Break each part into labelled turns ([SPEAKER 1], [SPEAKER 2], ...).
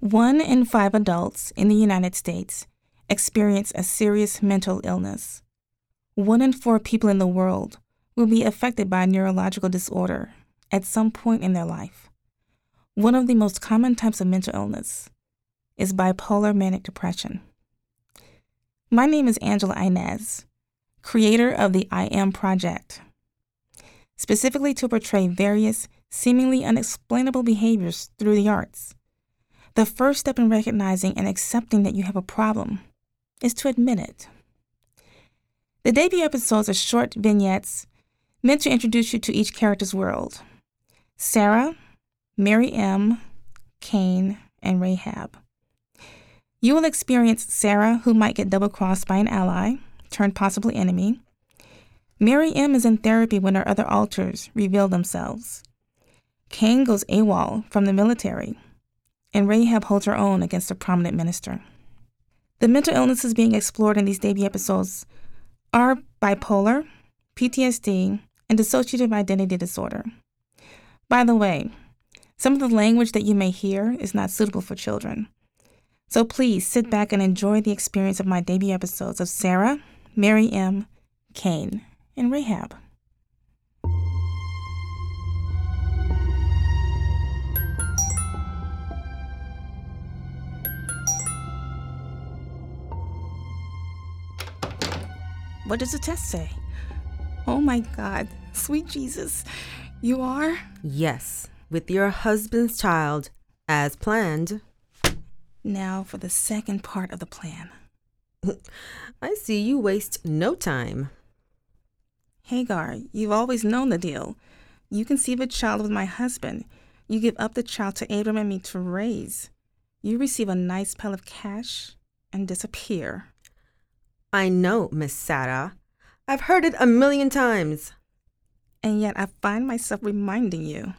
[SPEAKER 1] One in five adults in the United States experience a serious mental illness. One in four people in the world will be affected by a neurological disorder at some point in their life. One of the most common types of mental illness is bipolar manic depression. My name is Angela Inez, creator of the I Am Project, specifically to portray various seemingly unexplainable behaviors through the arts. The first step in recognizing and accepting that you have a problem is to admit it. The debut episodes are short vignettes meant to introduce you to each character's world Sarah, Mary M., Cain, and Rahab. You will experience Sarah, who might get double crossed by an ally, turned possibly enemy. Mary M. is in therapy when her other alters reveal themselves. Cain goes AWOL from the military, and Rahab holds her own against a prominent minister. The mental illnesses being explored in these debut episodes are bipolar, PTSD, and dissociative identity disorder. By the way, some of the language that you may hear is not suitable for children. So please sit back and enjoy the experience of my debut episodes of Sarah, Mary M., Cain, and Rahab. What does the test say? Oh my God, sweet Jesus, you are?
[SPEAKER 2] Yes, with your husband's child, as planned.
[SPEAKER 1] Now for the second part of the plan.
[SPEAKER 2] I see you waste no time.
[SPEAKER 1] Hagar, you've always known the deal. You conceive a child with my husband. You give up the child to Abram and me to raise. You receive a nice pile of cash and disappear.
[SPEAKER 2] I know, Miss Sarah. I've heard it a million times.
[SPEAKER 1] And yet I find myself reminding you.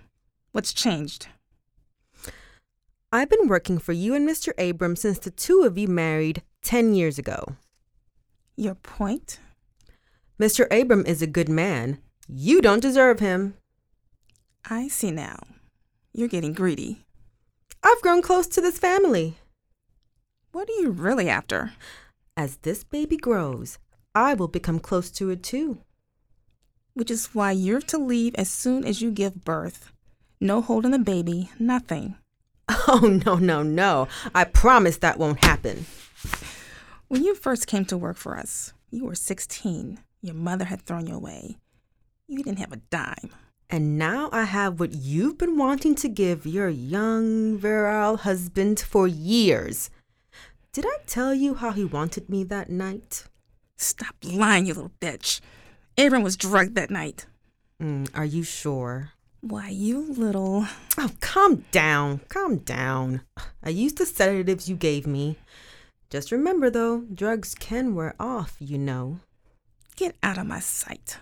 [SPEAKER 1] What's changed?
[SPEAKER 2] I've been working for you and Mr. Abrams since the two of you married 10 years ago.
[SPEAKER 1] Your point?
[SPEAKER 2] Mr. Abram is a good man. You don't deserve him.
[SPEAKER 1] I see now. You're getting greedy.
[SPEAKER 2] I've grown close to this family.
[SPEAKER 1] What are you really after?
[SPEAKER 2] As this baby grows, I will become close to it too.
[SPEAKER 1] Which is why you're to leave as soon as you give birth. No holding the baby, nothing.
[SPEAKER 2] Oh, no, no, no. I promise that won't happen.
[SPEAKER 1] When you first came to work for us, you were 16. Your mother had thrown you away. You didn't have a dime.
[SPEAKER 2] And now I have what you've been wanting to give your young, virile husband for years. Did I tell you how he wanted me that night?
[SPEAKER 1] Stop lying, you little bitch. Abram was drugged that night.
[SPEAKER 2] Mm, are you sure?
[SPEAKER 1] Why, you little.
[SPEAKER 2] Oh, calm down. Calm down. I used the sedatives you gave me. Just remember, though, drugs can wear off, you know.
[SPEAKER 1] Get out of my sight.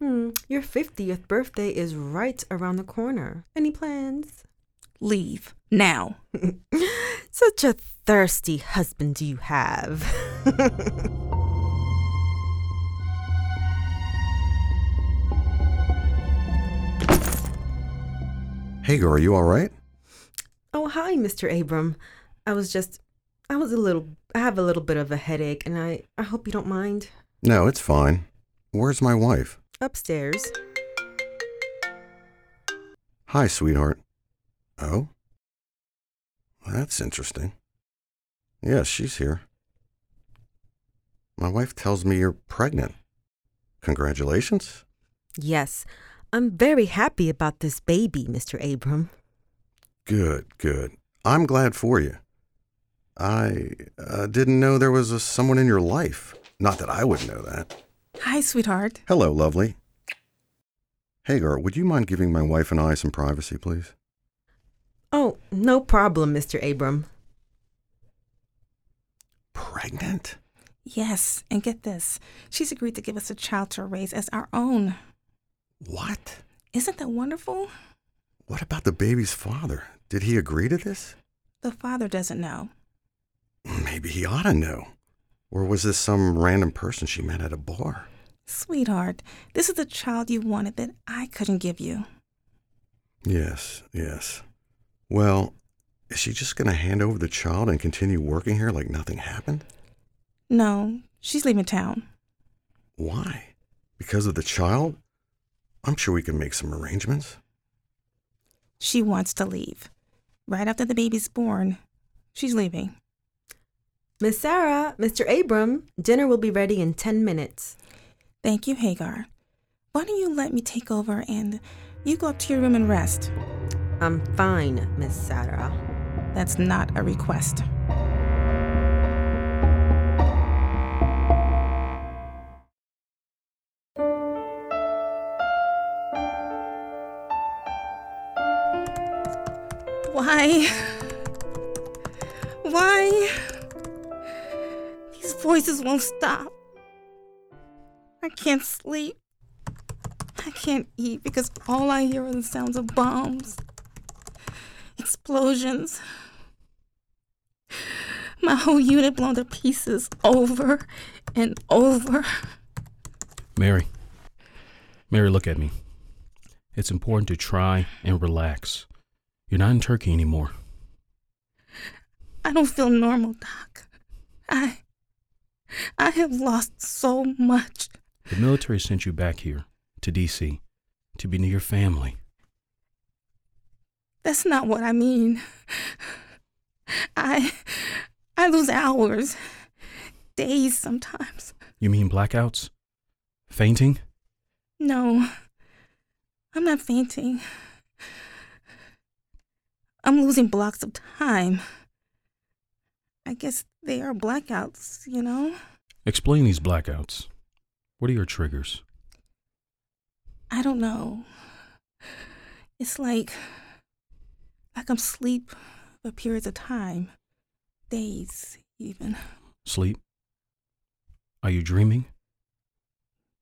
[SPEAKER 2] Hmm, your 50th birthday is right around the corner. Any plans?
[SPEAKER 1] Leave. Now.
[SPEAKER 2] Such a thirsty husband you have.
[SPEAKER 3] Hagar, are you all right?
[SPEAKER 2] oh, hi, Mr. Abram. I was just, I was a little, I have a little bit of a headache, and I, I hope you don't mind.
[SPEAKER 3] No, it's fine. Where's my wife?
[SPEAKER 2] Upstairs.
[SPEAKER 3] Hi, sweetheart. Oh? That's interesting. Yes, she's here. My wife tells me you're pregnant. Congratulations.
[SPEAKER 2] Yes, I'm very happy about this baby, Mr. Abram.
[SPEAKER 3] Good, good. I'm glad for you. I uh, didn't know there was a, someone in your life. Not that I would know that.
[SPEAKER 1] Hi, sweetheart.
[SPEAKER 3] Hello, lovely. Hagar, would you mind giving my wife and I some privacy, please?
[SPEAKER 2] Oh, no problem, Mr. Abram.
[SPEAKER 3] Pregnant?
[SPEAKER 1] Yes, and get this. She's agreed to give us a child to raise as our own.
[SPEAKER 3] What?
[SPEAKER 1] Isn't that wonderful?
[SPEAKER 3] What about the baby's father? Did he agree to this?
[SPEAKER 1] The father doesn't know.
[SPEAKER 3] Maybe he ought to know. Or was this some random person she met at a bar?
[SPEAKER 1] Sweetheart, this is the child you wanted that I couldn't give you.
[SPEAKER 3] Yes, yes. Well, Is she just going to hand over the child and continue working here like nothing happened?
[SPEAKER 1] No, she's leaving town.
[SPEAKER 3] Why? Because of the child? I'm sure we can make some arrangements.
[SPEAKER 1] She wants to leave. Right after the baby's born, she's leaving.
[SPEAKER 2] Miss Sarah, Mr. Abram, dinner will be ready in 10 minutes.
[SPEAKER 1] Thank you, Hagar. Why don't you let me take over and you go up to your room and rest?
[SPEAKER 2] I'm fine, Miss Sarah.
[SPEAKER 1] That's not a request. Why? Why? These voices won't stop. I can't sleep. I can't eat because all I hear are the sounds of bombs, explosions. My whole unit blown to pieces over and over.
[SPEAKER 4] Mary. Mary, look at me. It's important to try and relax. You're not in Turkey anymore.
[SPEAKER 1] I don't feel normal, Doc. I. I have lost so much.
[SPEAKER 4] The military sent you back here to D.C. to be near your family.
[SPEAKER 1] That's not what I mean. I. I lose hours, days sometimes.
[SPEAKER 4] You mean blackouts? Fainting?
[SPEAKER 1] No, I'm not fainting. I'm losing blocks of time. I guess they are blackouts, you know?
[SPEAKER 4] Explain these blackouts. What are your triggers?
[SPEAKER 1] I don't know. It's like like I'm asleep for periods of time. Days even.
[SPEAKER 4] Sleep? Are you dreaming?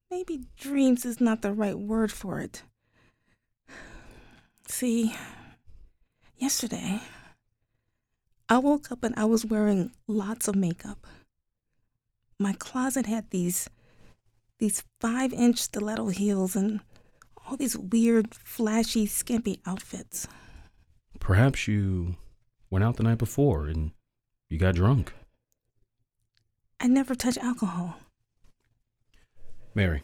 [SPEAKER 1] Maybe dreams is not the right word for it. See, yesterday I woke up and I was wearing lots of makeup. My closet had these these 5-inch stiletto heels and all these weird flashy skimpy outfits.
[SPEAKER 4] Perhaps you went out the night before and you got drunk.
[SPEAKER 1] I never touch alcohol.
[SPEAKER 4] Mary,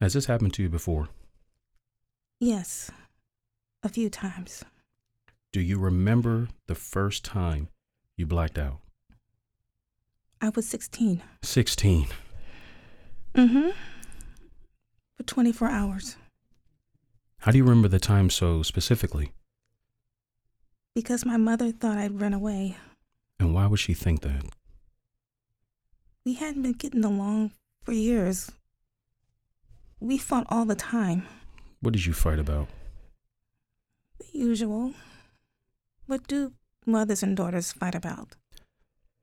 [SPEAKER 4] has this happened to you before?
[SPEAKER 1] Yes. A few times.
[SPEAKER 4] Do you remember the first time you blacked out?
[SPEAKER 1] I was 16.
[SPEAKER 4] 16.
[SPEAKER 1] Mm-hmm. For 24 hours.
[SPEAKER 4] How do you remember the time so specifically?
[SPEAKER 1] Because my mother thought I'd run away.
[SPEAKER 4] And why would she think that?
[SPEAKER 1] We hadn't been getting along for years. We fought all the time.
[SPEAKER 4] What did you fight about?
[SPEAKER 1] The usual. What do mothers and daughters fight about?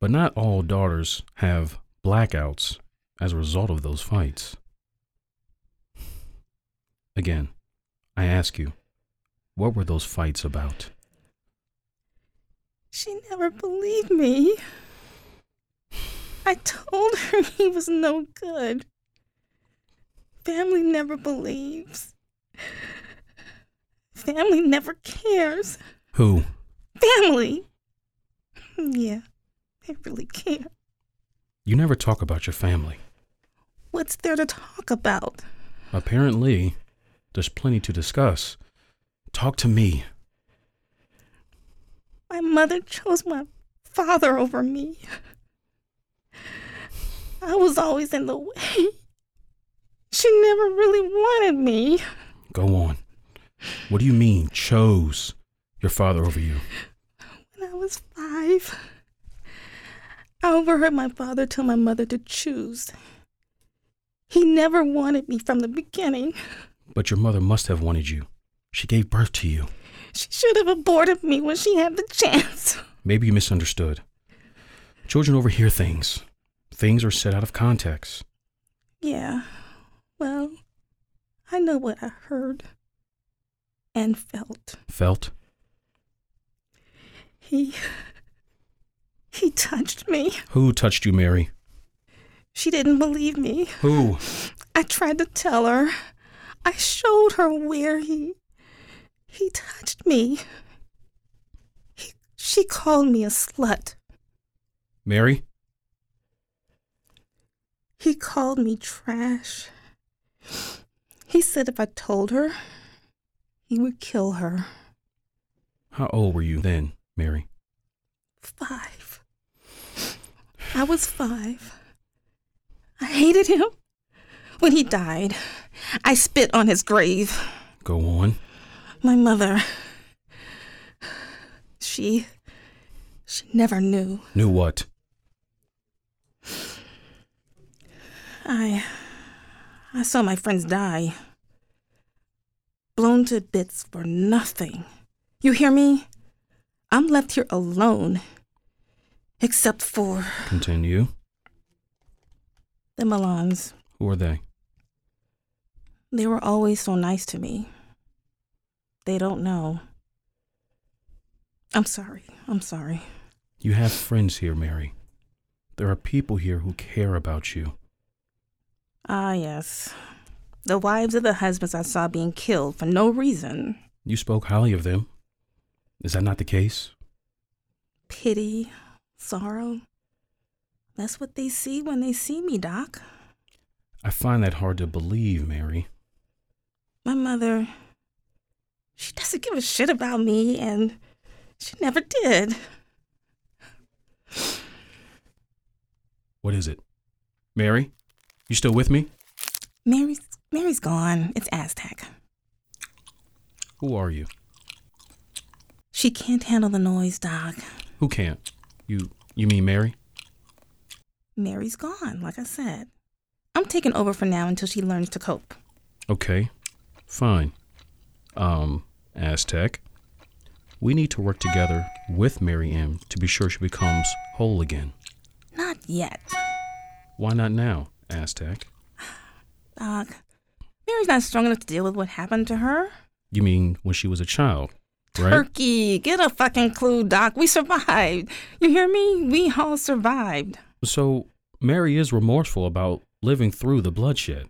[SPEAKER 4] But not all daughters have blackouts as a result of those fights. Again, I ask you, what were those fights about?
[SPEAKER 1] She never believed me. I told her he was no good. Family never believes. Family never cares.
[SPEAKER 4] Who?
[SPEAKER 1] Family! Yeah, they really care.
[SPEAKER 4] You never talk about your family.
[SPEAKER 1] What's there to talk about?
[SPEAKER 4] Apparently, there's plenty to discuss. Talk to me.
[SPEAKER 1] My mother chose my father over me. I was always in the way. She never really wanted me.
[SPEAKER 4] Go on. What do you mean, chose your father over you?
[SPEAKER 1] When I was five, I overheard my father tell my mother to choose. He never wanted me from the beginning.
[SPEAKER 4] But your mother must have wanted you. She gave birth to you.
[SPEAKER 1] She should have aborted me when she had the chance.
[SPEAKER 4] Maybe you misunderstood. Children overhear things, things are said out of context.
[SPEAKER 1] Yeah, well, I know what I heard and felt.
[SPEAKER 4] Felt?
[SPEAKER 1] He. He touched me.
[SPEAKER 4] Who touched you, Mary?
[SPEAKER 1] She didn't believe me.
[SPEAKER 4] Who?
[SPEAKER 1] I tried to tell her. I showed her where he he touched me. He She called me a slut.
[SPEAKER 4] Mary?
[SPEAKER 1] He called me trash. He said if I told her, he would kill her.
[SPEAKER 4] How old were you then, Mary?
[SPEAKER 1] Five. I was five. I hated him. When he died, I spit on his grave.
[SPEAKER 4] Go on.
[SPEAKER 1] My mother. She. She never knew.
[SPEAKER 4] Knew what?
[SPEAKER 1] I. I saw my friends die. Blown to bits for nothing. You hear me? I'm left here alone. Except for
[SPEAKER 4] Continue.
[SPEAKER 1] the Milans.
[SPEAKER 4] Who are they?
[SPEAKER 1] They were always so nice to me. They don't know. I'm sorry. I'm sorry.
[SPEAKER 4] You have friends here, Mary. There are people here who care about you.
[SPEAKER 1] Ah, yes. The wives of the husbands I saw being killed for no reason.
[SPEAKER 4] You spoke highly of them. Is that not the case?
[SPEAKER 1] Pity, sorrow. That's what they see when they see me, Doc.
[SPEAKER 4] I find that hard to believe, Mary.
[SPEAKER 1] My mother, she doesn't give a shit about me, and she never did.
[SPEAKER 4] What is it? Mary? You still with me?
[SPEAKER 1] Mary's, Mary's gone. It's Aztec.
[SPEAKER 4] Who are you?
[SPEAKER 1] She can't handle the noise, Doc.
[SPEAKER 4] Who can't? You you mean Mary?
[SPEAKER 1] Mary's gone, like I said. I'm taking over for now until she learns to cope.
[SPEAKER 4] Okay. Fine. Um, Aztec. We need to work together with Mary M to be sure she becomes whole again.
[SPEAKER 1] Not yet,
[SPEAKER 4] Why not now, Aztec?
[SPEAKER 1] Doc. Mary's not strong enough to deal with what happened to her.
[SPEAKER 4] You mean when she was a child, right?
[SPEAKER 1] Turkey, get a fucking clue, Doc. We survived. You hear me? We all survived.
[SPEAKER 4] So Mary is remorseful about living through the bloodshed.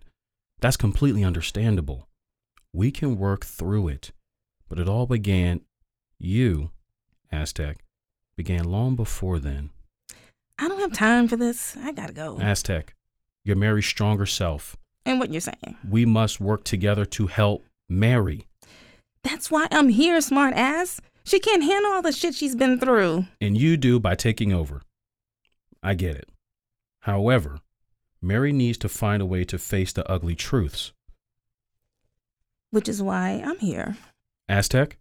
[SPEAKER 4] That's completely understandable. We can work through it. But it all began, you, Aztec, began long before then.
[SPEAKER 1] I don't have time for this. I gotta go.
[SPEAKER 4] Aztec, you're Mary's stronger self.
[SPEAKER 1] and what you're saying.
[SPEAKER 4] We must work together to help Mary.
[SPEAKER 1] That's why I'm here, smart ass. She can't handle all the shit she's been through.
[SPEAKER 4] And you do by taking over. I get it. However, Mary needs to find a way to face the ugly truths.
[SPEAKER 1] Which is why I'm here.
[SPEAKER 4] Aztec,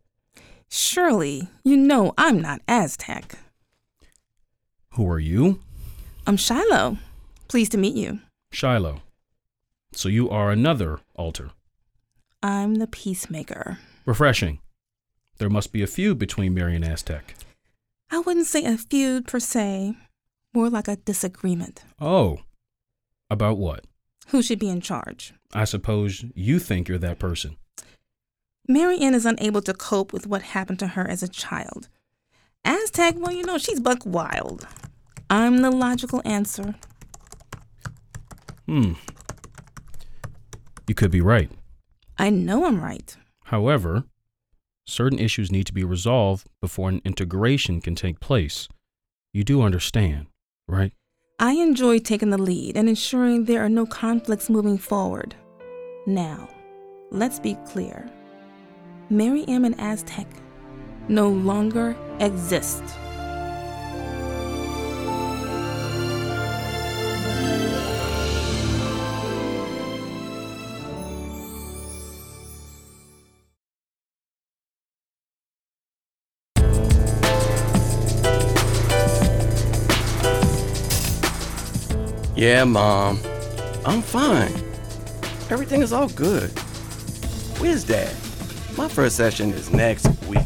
[SPEAKER 1] Surely, you know I'm not Aztec.
[SPEAKER 4] who are you?
[SPEAKER 1] I'm Shiloh. Pleased to meet you.
[SPEAKER 4] Shiloh. So you are another altar.
[SPEAKER 1] I'm the peacemaker.
[SPEAKER 4] Refreshing. There must be a feud between Mary and Aztec.
[SPEAKER 1] I wouldn't say a feud per se, more like a disagreement.
[SPEAKER 4] Oh. About what?
[SPEAKER 1] Who should be in charge?
[SPEAKER 4] I suppose you think you're that person.
[SPEAKER 1] Mary Ann is unable to cope with what happened to her as a child. Aztec, well, you know, she's buck wild. I'm the logical answer.
[SPEAKER 4] Hmm. You could be right.
[SPEAKER 1] I know I'm right.
[SPEAKER 4] However, certain issues need to be resolved before an integration can take place. You do understand, right?
[SPEAKER 1] I enjoy taking the lead and ensuring there are no conflicts moving forward. Now, let's be clear Mary Ann and Aztec no longer exist.
[SPEAKER 5] Yeah, Mom. I'm fine. Everything is all good. Where's Dad? My first session is next week.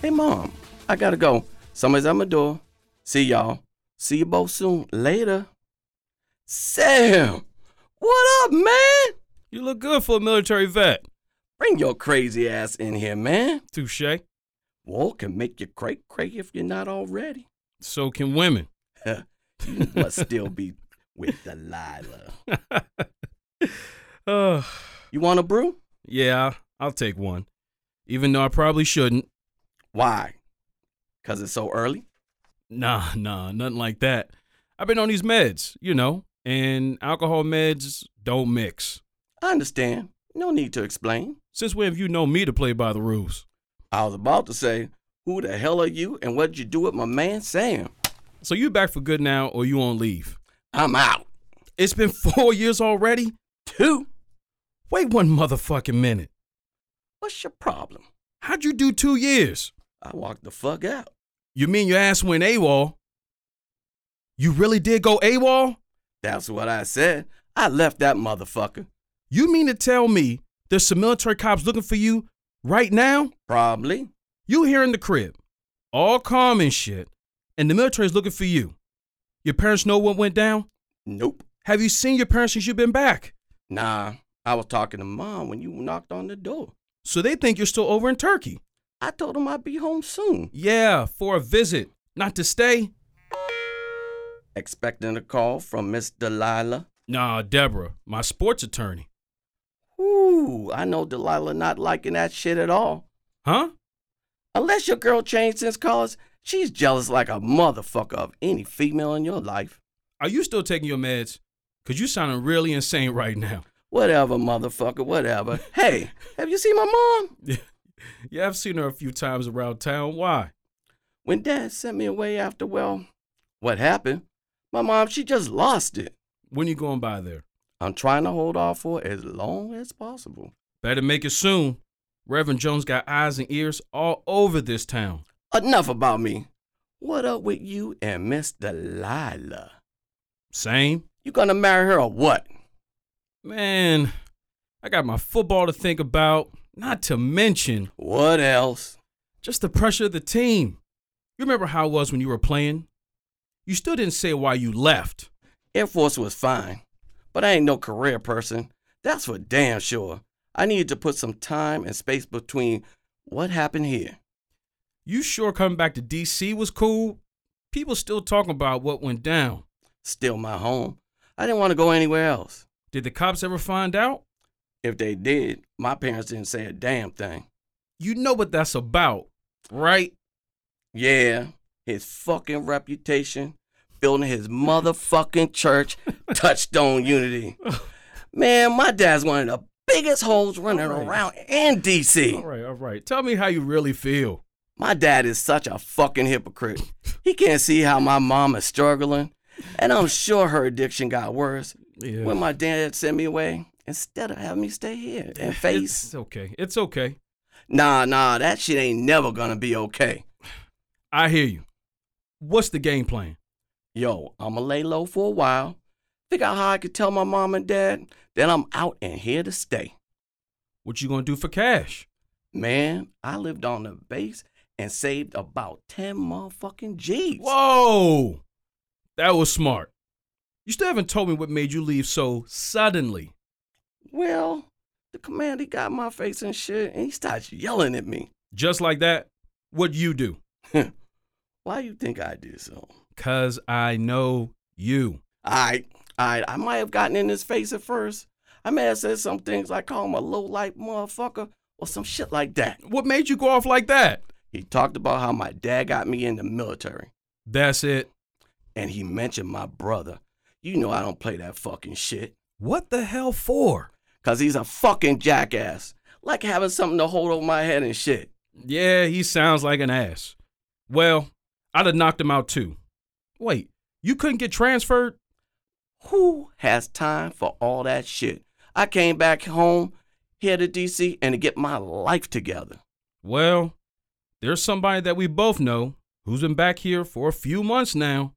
[SPEAKER 5] Hey, Mom. I gotta go. Somebody's at my door. See y'all. See you both soon. Later. Sam! What up, man?
[SPEAKER 4] You look good for a military vet.
[SPEAKER 5] Bring your crazy ass in here, man.
[SPEAKER 4] Touche.
[SPEAKER 5] War can make you cray cray if you're not already.
[SPEAKER 4] So can women.
[SPEAKER 5] You must still be with Delilah.
[SPEAKER 4] Uh,
[SPEAKER 5] You want a brew?
[SPEAKER 4] yeah, I'll take one. Even though I probably shouldn't.
[SPEAKER 5] Why? Because it's so early?
[SPEAKER 4] Nah, nah, nothing like that. I've been on these meds, you know, and alcohol meds don't mix.
[SPEAKER 5] I understand. No need to explain.
[SPEAKER 4] Since when have you known me to play by the rules?
[SPEAKER 5] I was about to say, who the hell are you and what'd you do with my man Sam?
[SPEAKER 4] So you back for good now or you on leave?
[SPEAKER 5] I'm out.
[SPEAKER 4] It's been four years already?
[SPEAKER 5] Two?
[SPEAKER 4] Wait one motherfucking minute.
[SPEAKER 5] What's your problem?
[SPEAKER 4] How'd you do two years?
[SPEAKER 5] I walked the fuck out.
[SPEAKER 4] You mean your ass went AWOL? You really did go AWOL?
[SPEAKER 5] That's what I said. I left that motherfucker.
[SPEAKER 4] You mean to tell me there's some military cops looking for you right now?
[SPEAKER 5] Probably.
[SPEAKER 4] You here in the crib, all calm and shit, and the military's looking for you. Your parents know what went down?
[SPEAKER 5] Nope.
[SPEAKER 4] Have you seen your parents since you've been back?
[SPEAKER 5] Nah, I was talking to mom when you knocked on the door.
[SPEAKER 4] So they think you're still over in Turkey.
[SPEAKER 5] I told them I'd be home soon,
[SPEAKER 4] Yeah, for a visit, not to stay.
[SPEAKER 5] expecting a call from Miss Delilah.
[SPEAKER 4] Nah, Deborah, my sports attorney.
[SPEAKER 5] Ooh, I know Delilah not liking that shit at all.
[SPEAKER 4] Huh?
[SPEAKER 5] Unless your girl changed since college, she's jealous like a motherfucker of any female in your life.
[SPEAKER 4] Are you still taking your meds? Cause you sounding really insane right now.
[SPEAKER 5] Whatever, motherfucker, whatever. hey, have you seen my mom?
[SPEAKER 4] Yeah, I've seen her a few times around town. Why?
[SPEAKER 5] When dad sent me away after, well, what happened? My mom, she just lost it.
[SPEAKER 4] When you going by there?
[SPEAKER 5] I'm trying to hold off for as long as possible.
[SPEAKER 4] Better make it soon. Reverend Jones got eyes and ears all over this town.
[SPEAKER 5] Enough about me. What up with you and Miss Delilah?
[SPEAKER 4] Same.
[SPEAKER 5] You gonna marry her or what?
[SPEAKER 4] Man, I got my football to think about, not to mention
[SPEAKER 5] What else?
[SPEAKER 4] just the pressure of the team. You remember how it was when you were playing? You still didn't say why you left.
[SPEAKER 5] Air Force was fine, but I ain't no career person. That's for damn sure. I needed to put some time and space between what happened here.
[SPEAKER 4] You sure coming back to DC was cool? People still talking about what went down.
[SPEAKER 5] Still my home. I didn't want to go anywhere else.
[SPEAKER 4] Did the cops ever find out?
[SPEAKER 5] If they did, my parents didn't say a damn thing.
[SPEAKER 4] You know what that's about, right?
[SPEAKER 5] Yeah, his fucking reputation, building his motherfucking church, Touchstone Unity. Man, my dad's one of the biggest hoes running
[SPEAKER 4] All right.
[SPEAKER 5] around in DC.
[SPEAKER 4] All right, all right. Tell me how you really feel.
[SPEAKER 5] My dad is such a fucking hypocrite. He can't see how my mom is struggling, and I'm sure her addiction got worse
[SPEAKER 4] Yeah.
[SPEAKER 5] when my dad sent me away instead of having me stay here and face.
[SPEAKER 4] It's okay. It's okay.
[SPEAKER 5] Nah, nah, that shit ain't never gonna be okay.
[SPEAKER 4] I hear you. What's the game plan?
[SPEAKER 5] Yo, I'ma lay low for a while, figure out how I could tell my mom and dad that I'm out and here to stay.
[SPEAKER 4] What you gonna do for cash?
[SPEAKER 5] Man, I lived on the base and saved about 10 motherfucking G's.
[SPEAKER 4] Whoa, that was smart. You still haven't told me what made you leave so suddenly.
[SPEAKER 5] Well, the commander got my face and shit, and he starts yelling at me.
[SPEAKER 4] Just like that, what you do?
[SPEAKER 5] Why you think I did so?
[SPEAKER 4] Cause I know you.
[SPEAKER 5] I, I, I might have gotten in his face at first. I may have said some things like call him a low life motherfucker or some shit like that.
[SPEAKER 4] What made you go off like that?
[SPEAKER 5] He talked about how my dad got me in the military,
[SPEAKER 4] That's it.
[SPEAKER 5] and he mentioned my brother. You know I don't play that fucking shit,
[SPEAKER 4] What the hell for?
[SPEAKER 5] 'cause he's a fucking jackass. Like having something to hold over my head and shit.
[SPEAKER 4] Yeah, he sounds like an ass. Well, I'd have knocked him out too. Wait, you couldn't get transferred?
[SPEAKER 5] Who has time for all that shit? I came back home here to DC and to get my life together.
[SPEAKER 4] Well, there's somebody that we both know who's been back here for a few months now.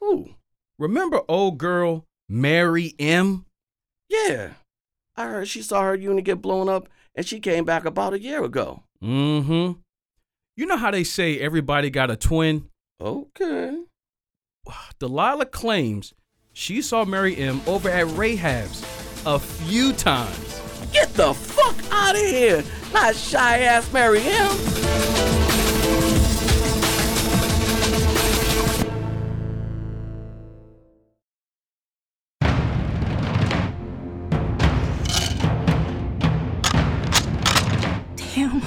[SPEAKER 5] Who?
[SPEAKER 4] Remember old girl Mary M?
[SPEAKER 5] Yeah. I heard she saw her unit get blown up and she came back about a year ago.
[SPEAKER 4] Mm hmm. You know how they say everybody got a twin?
[SPEAKER 5] Okay.
[SPEAKER 4] Delilah claims she saw Mary M over at Rahab's a few times.
[SPEAKER 5] Get the fuck out of here. Not shy ass Mary M.
[SPEAKER 1] Damn.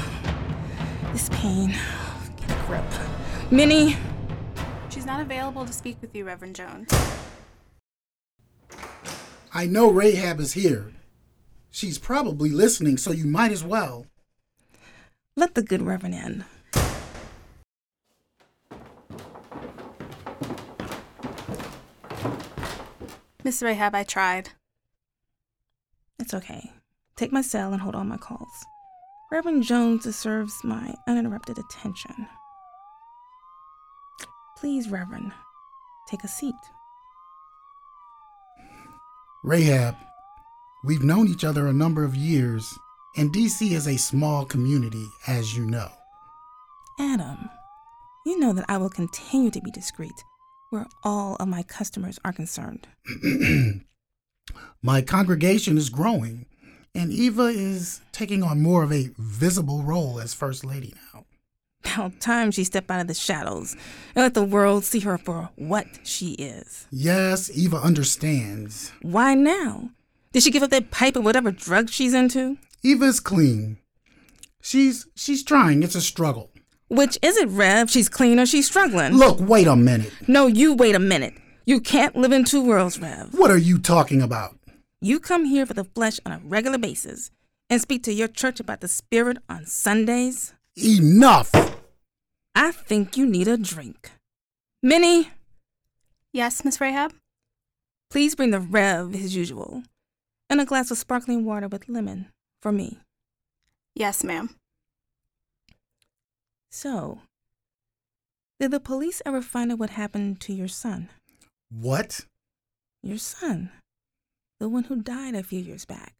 [SPEAKER 1] This pain. Get a grip. Minnie!
[SPEAKER 6] She's not available to speak with you, Reverend Jones.
[SPEAKER 7] I know Rahab is here. She's probably listening, so you might as well.
[SPEAKER 1] Let the good Reverend in.
[SPEAKER 6] Miss Rahab, I tried.
[SPEAKER 1] It's okay. Take my cell and hold all my calls. Reverend Jones deserves my uninterrupted attention. Please, Reverend, take a seat.
[SPEAKER 7] Rahab, we've known each other a number of years, and DC is a small community, as you know.
[SPEAKER 1] Adam, you know that I will continue to be discreet where all of my customers are concerned.
[SPEAKER 7] My congregation is growing, and Eva is taking on more of a visible role as First Lady now.
[SPEAKER 1] About time she stepped out of the shadows and let the world see her for what she is.
[SPEAKER 7] Yes, Eva understands.
[SPEAKER 1] Why now? Did she give up that pipe or whatever drug she's into?
[SPEAKER 7] Eva's clean. She's she's trying. It's a struggle.
[SPEAKER 1] Which is it, Rev? She's clean or she's struggling?
[SPEAKER 7] Look, wait a minute.
[SPEAKER 1] No, you wait a minute. You can't live in two worlds, Rev.
[SPEAKER 7] What are you talking about?
[SPEAKER 1] You come here for the flesh on a regular basis and speak to your church about the spirit on Sundays?
[SPEAKER 7] Enough.
[SPEAKER 1] I think you need a drink. Minnie,
[SPEAKER 6] Yes, Miss Rahab?
[SPEAKER 1] please bring the Rev his usual and a glass of sparkling water with lemon for me.
[SPEAKER 6] Yes, ma'am.
[SPEAKER 1] So, did the police ever find out what happened to your son?
[SPEAKER 7] What?
[SPEAKER 1] Your son, the one who died a few years back.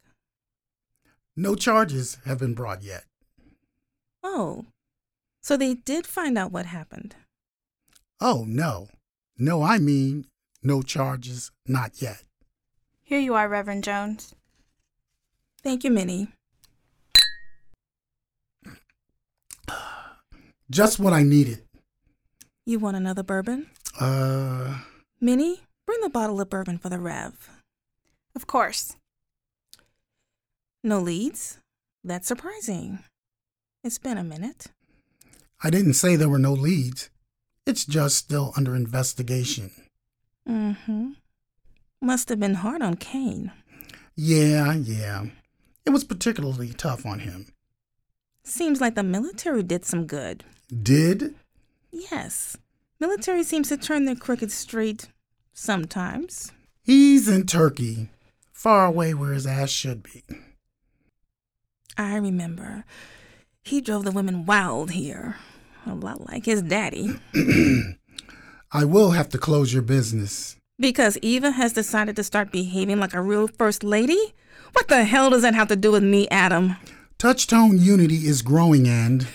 [SPEAKER 7] No charges have been brought yet.
[SPEAKER 1] Oh, so they did find out what happened.
[SPEAKER 7] Oh no. No, I mean no charges not yet.
[SPEAKER 6] Here you are, Reverend Jones.
[SPEAKER 1] Thank you, Minnie.
[SPEAKER 7] Just what I needed.
[SPEAKER 1] You want another bourbon?
[SPEAKER 7] Uh
[SPEAKER 1] Minnie, bring the bottle of bourbon for the Rev.
[SPEAKER 6] Of course.
[SPEAKER 1] No leads? That's surprising. It's been a minute.
[SPEAKER 7] I didn't say there were no leads. It's just still under investigation.
[SPEAKER 1] Mm hmm. Must have been hard on Kane.
[SPEAKER 7] Yeah, yeah. It was particularly tough on him.
[SPEAKER 1] Seems like the military did some good.
[SPEAKER 7] Did?
[SPEAKER 1] Yes. Military seems to turn their crooked straight sometimes.
[SPEAKER 7] He's in Turkey, far away where his ass should be.
[SPEAKER 1] I remember. He drove the women wild here. A lot like his daddy.
[SPEAKER 7] I will have to close your business.
[SPEAKER 1] Because Eva has decided to start behaving like a real first lady? What the hell does that have to do with me, Adam?
[SPEAKER 7] Touchstone Unity is growing and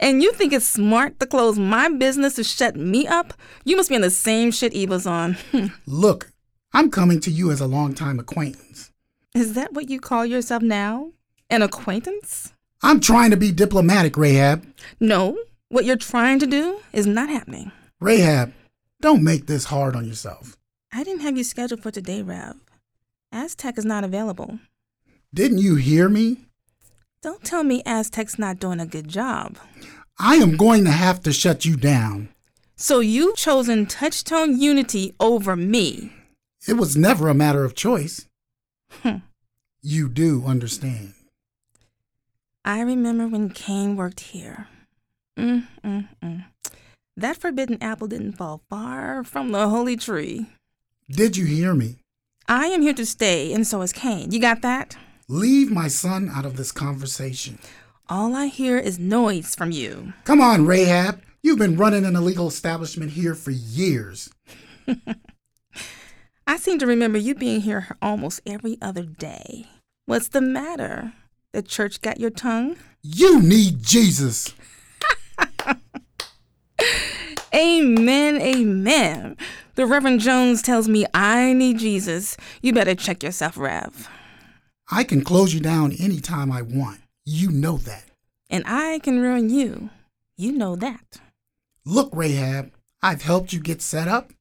[SPEAKER 1] And you think it's smart to close my business to shut me up? You must be on the same shit Eva's on.
[SPEAKER 7] look, I'm coming to you as a longtime acquaintance.
[SPEAKER 1] Is that what you call yourself now? An acquaintance?
[SPEAKER 7] I'm trying to be diplomatic, Rahab.
[SPEAKER 1] No. What you're trying to do is not happening.
[SPEAKER 7] Rahab, don't make this hard on yourself.
[SPEAKER 1] I didn't have you scheduled for today, Rev. Aztec is not available.
[SPEAKER 7] Didn't you hear me?
[SPEAKER 1] Don't tell me Aztec's not doing a good job.
[SPEAKER 7] I am going to have to shut you down.
[SPEAKER 1] So you've chosen Touchstone Unity over me.
[SPEAKER 7] It was never a matter of choice.
[SPEAKER 1] Hmm.
[SPEAKER 7] You do understand.
[SPEAKER 1] I remember when Kane worked here. Mm, mm, mm. That forbidden apple didn't fall far from the holy tree.
[SPEAKER 7] Did you hear me?
[SPEAKER 1] I am here to stay, and so is Kane. You got that?
[SPEAKER 7] Leave my son out of this conversation.
[SPEAKER 1] All I hear is noise from you.
[SPEAKER 7] Come on, Rahab. You've been running an illegal establishment here for years.
[SPEAKER 1] I seem to remember you being here almost every other day. What's the matter? The church got your tongue?
[SPEAKER 7] You need Jesus.
[SPEAKER 1] Amen, amen. The Reverend Jones tells me I need Jesus. You better check yourself, Rev.
[SPEAKER 7] I can close you down anytime I want. You know that.
[SPEAKER 1] And I can ruin you. You know that.
[SPEAKER 7] Look, Rahab, I've helped you get set up,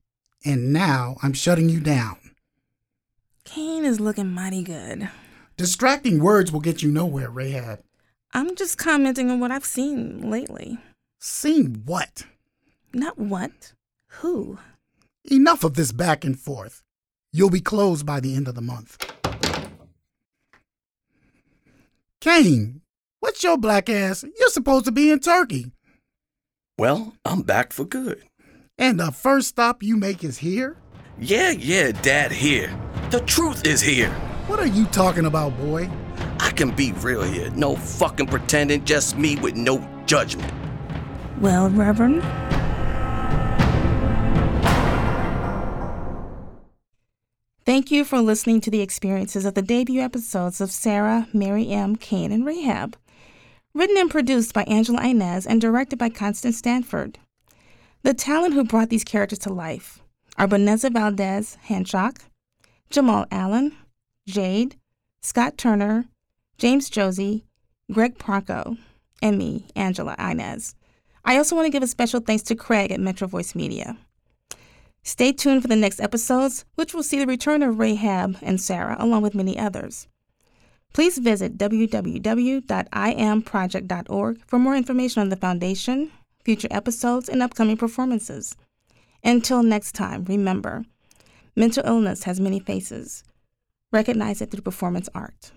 [SPEAKER 7] and now I'm shutting you down.
[SPEAKER 1] Kane is looking mighty good.
[SPEAKER 7] Distracting words will get you nowhere, Rahab.
[SPEAKER 1] I'm just commenting on what I've seen lately.
[SPEAKER 7] Seen what?
[SPEAKER 1] Not what, who.
[SPEAKER 7] Enough of this back and forth. You'll be closed by the end of the month. Kane, what's your black ass? You're supposed to be in Turkey.
[SPEAKER 5] Well, I'm back for good.
[SPEAKER 7] And the first stop you make is here?
[SPEAKER 5] Yeah, yeah, Dad here. The truth is here.
[SPEAKER 7] What are you talking about, boy?
[SPEAKER 5] I can be real here. No fucking pretending, just me with no judgment.
[SPEAKER 1] Well, Reverend? Thank you for listening to the experiences of the debut episodes of Sarah, Mary M., Cain, and Rahab. Written and produced by Angela Inez and directed by Constance Stanford. The talent who brought these characters to life are Boneza Valdez Hanchok, Jamal Allen, Jade, Scott Turner, James Josie, Greg Parco, and me, Angela Inez. I also want to give a special thanks to Craig at Metro Voice Media. Stay tuned for the next episodes, which will see the return of Rahab and Sarah, along with many others. Please visit www.iamproject.org for more information on the foundation, future episodes, and upcoming performances. Until next time, remember mental illness has many faces. Recognize it through performance art.